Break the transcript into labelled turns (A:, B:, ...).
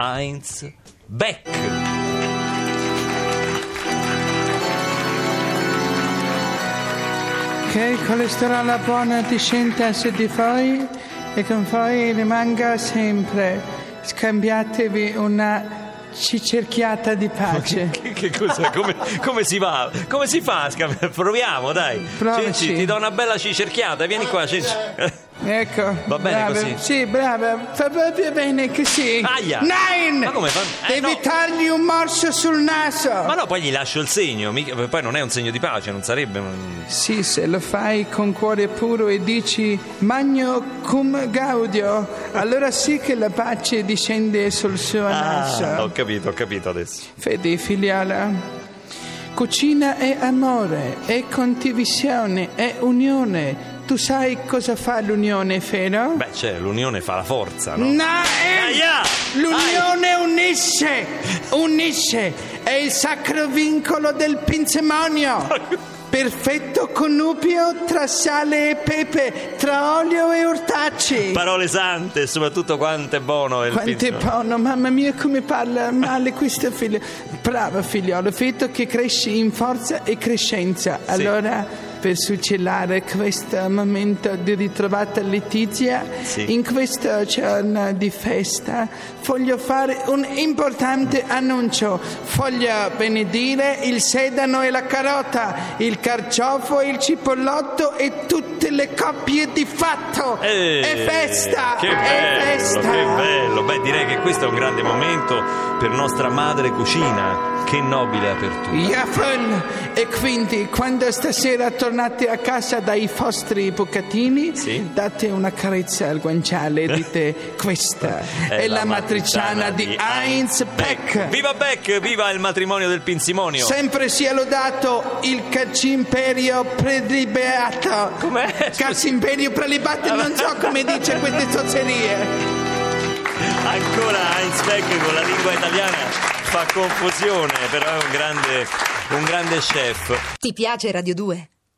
A: Heinz Beck.
B: Che il colesterolo buono discenda su di voi e con voi rimanga sempre. Scambiatevi una cicerchiata di pace.
A: Che, che cosa? Come, come si va? Come si fa? Scam- Proviamo, dai.
B: Provaci.
A: Ci- ci- ti do una bella cicerchiata, vieni qua. ci-
B: Ecco.
A: Va bene
B: brava.
A: così?
B: Sì, brava. Fa proprio bene così.
A: Aia.
B: Nine!
A: Ma come fa- eh,
B: Devi
A: no.
B: targli un morso sul naso.
A: Ma no, poi gli lascio il segno, mica- poi non è un segno di pace, non sarebbe un...
B: Sì, se lo fai con cuore puro e dici magno cum gaudio, allora sì che la pace discende sul suo
A: Ah,
B: naso.
A: ho capito, ho capito adesso.
B: Fede, figliala. Cucina è amore, è condivisione, è unione. Tu sai cosa fa l'unione, Fero?
A: Beh, cioè, l'unione fa la forza, no?
B: No,
A: Aia!
B: L'unione unisce, unisce, è il sacro vincolo del pinzemonio. Perfetto connubio tra sale e pepe, tra olio e ortacci.
A: Parole sante, soprattutto quanto è buono il
B: Quanto è
A: pizzo.
B: buono, mamma mia, come parla male questo figlio. Bravo figliolo, fetto che cresci in forza e crescenza. Allora, per succellare questo momento di ritrovata letizia,
A: Sì.
B: in questo giorno di festa, voglio fare un importante annuncio. Voglio benedire il sedano e la carota, il carciofo e il cipollotto e tutte le coppie di fatto.
A: Eh,
B: è festa!
A: Che
B: è
A: bello,
B: festa!
A: che bello. Beh, direi che questo è un grande momento per nostra madre cucina. Che nobile apertura.
B: Jaffel! E quindi quando stasera tornate a casa dai vostri bucatini,
A: Sì.
B: date una carezza al guanciale e dite questa è, la, matriciana, di Heinz Peck.
A: Viva Beck, viva il matrimonio del Pinsimonio.
B: Sempre sia lodato il cacimperio prelibato.
A: Com'è? Scusi.
B: Cacimperio prelibato, non so come dice queste sozzerie.
A: Ancora Heinz Beck con la lingua italiana fa confusione, però è un grande, un grande chef.
C: Ti piace Radio 2?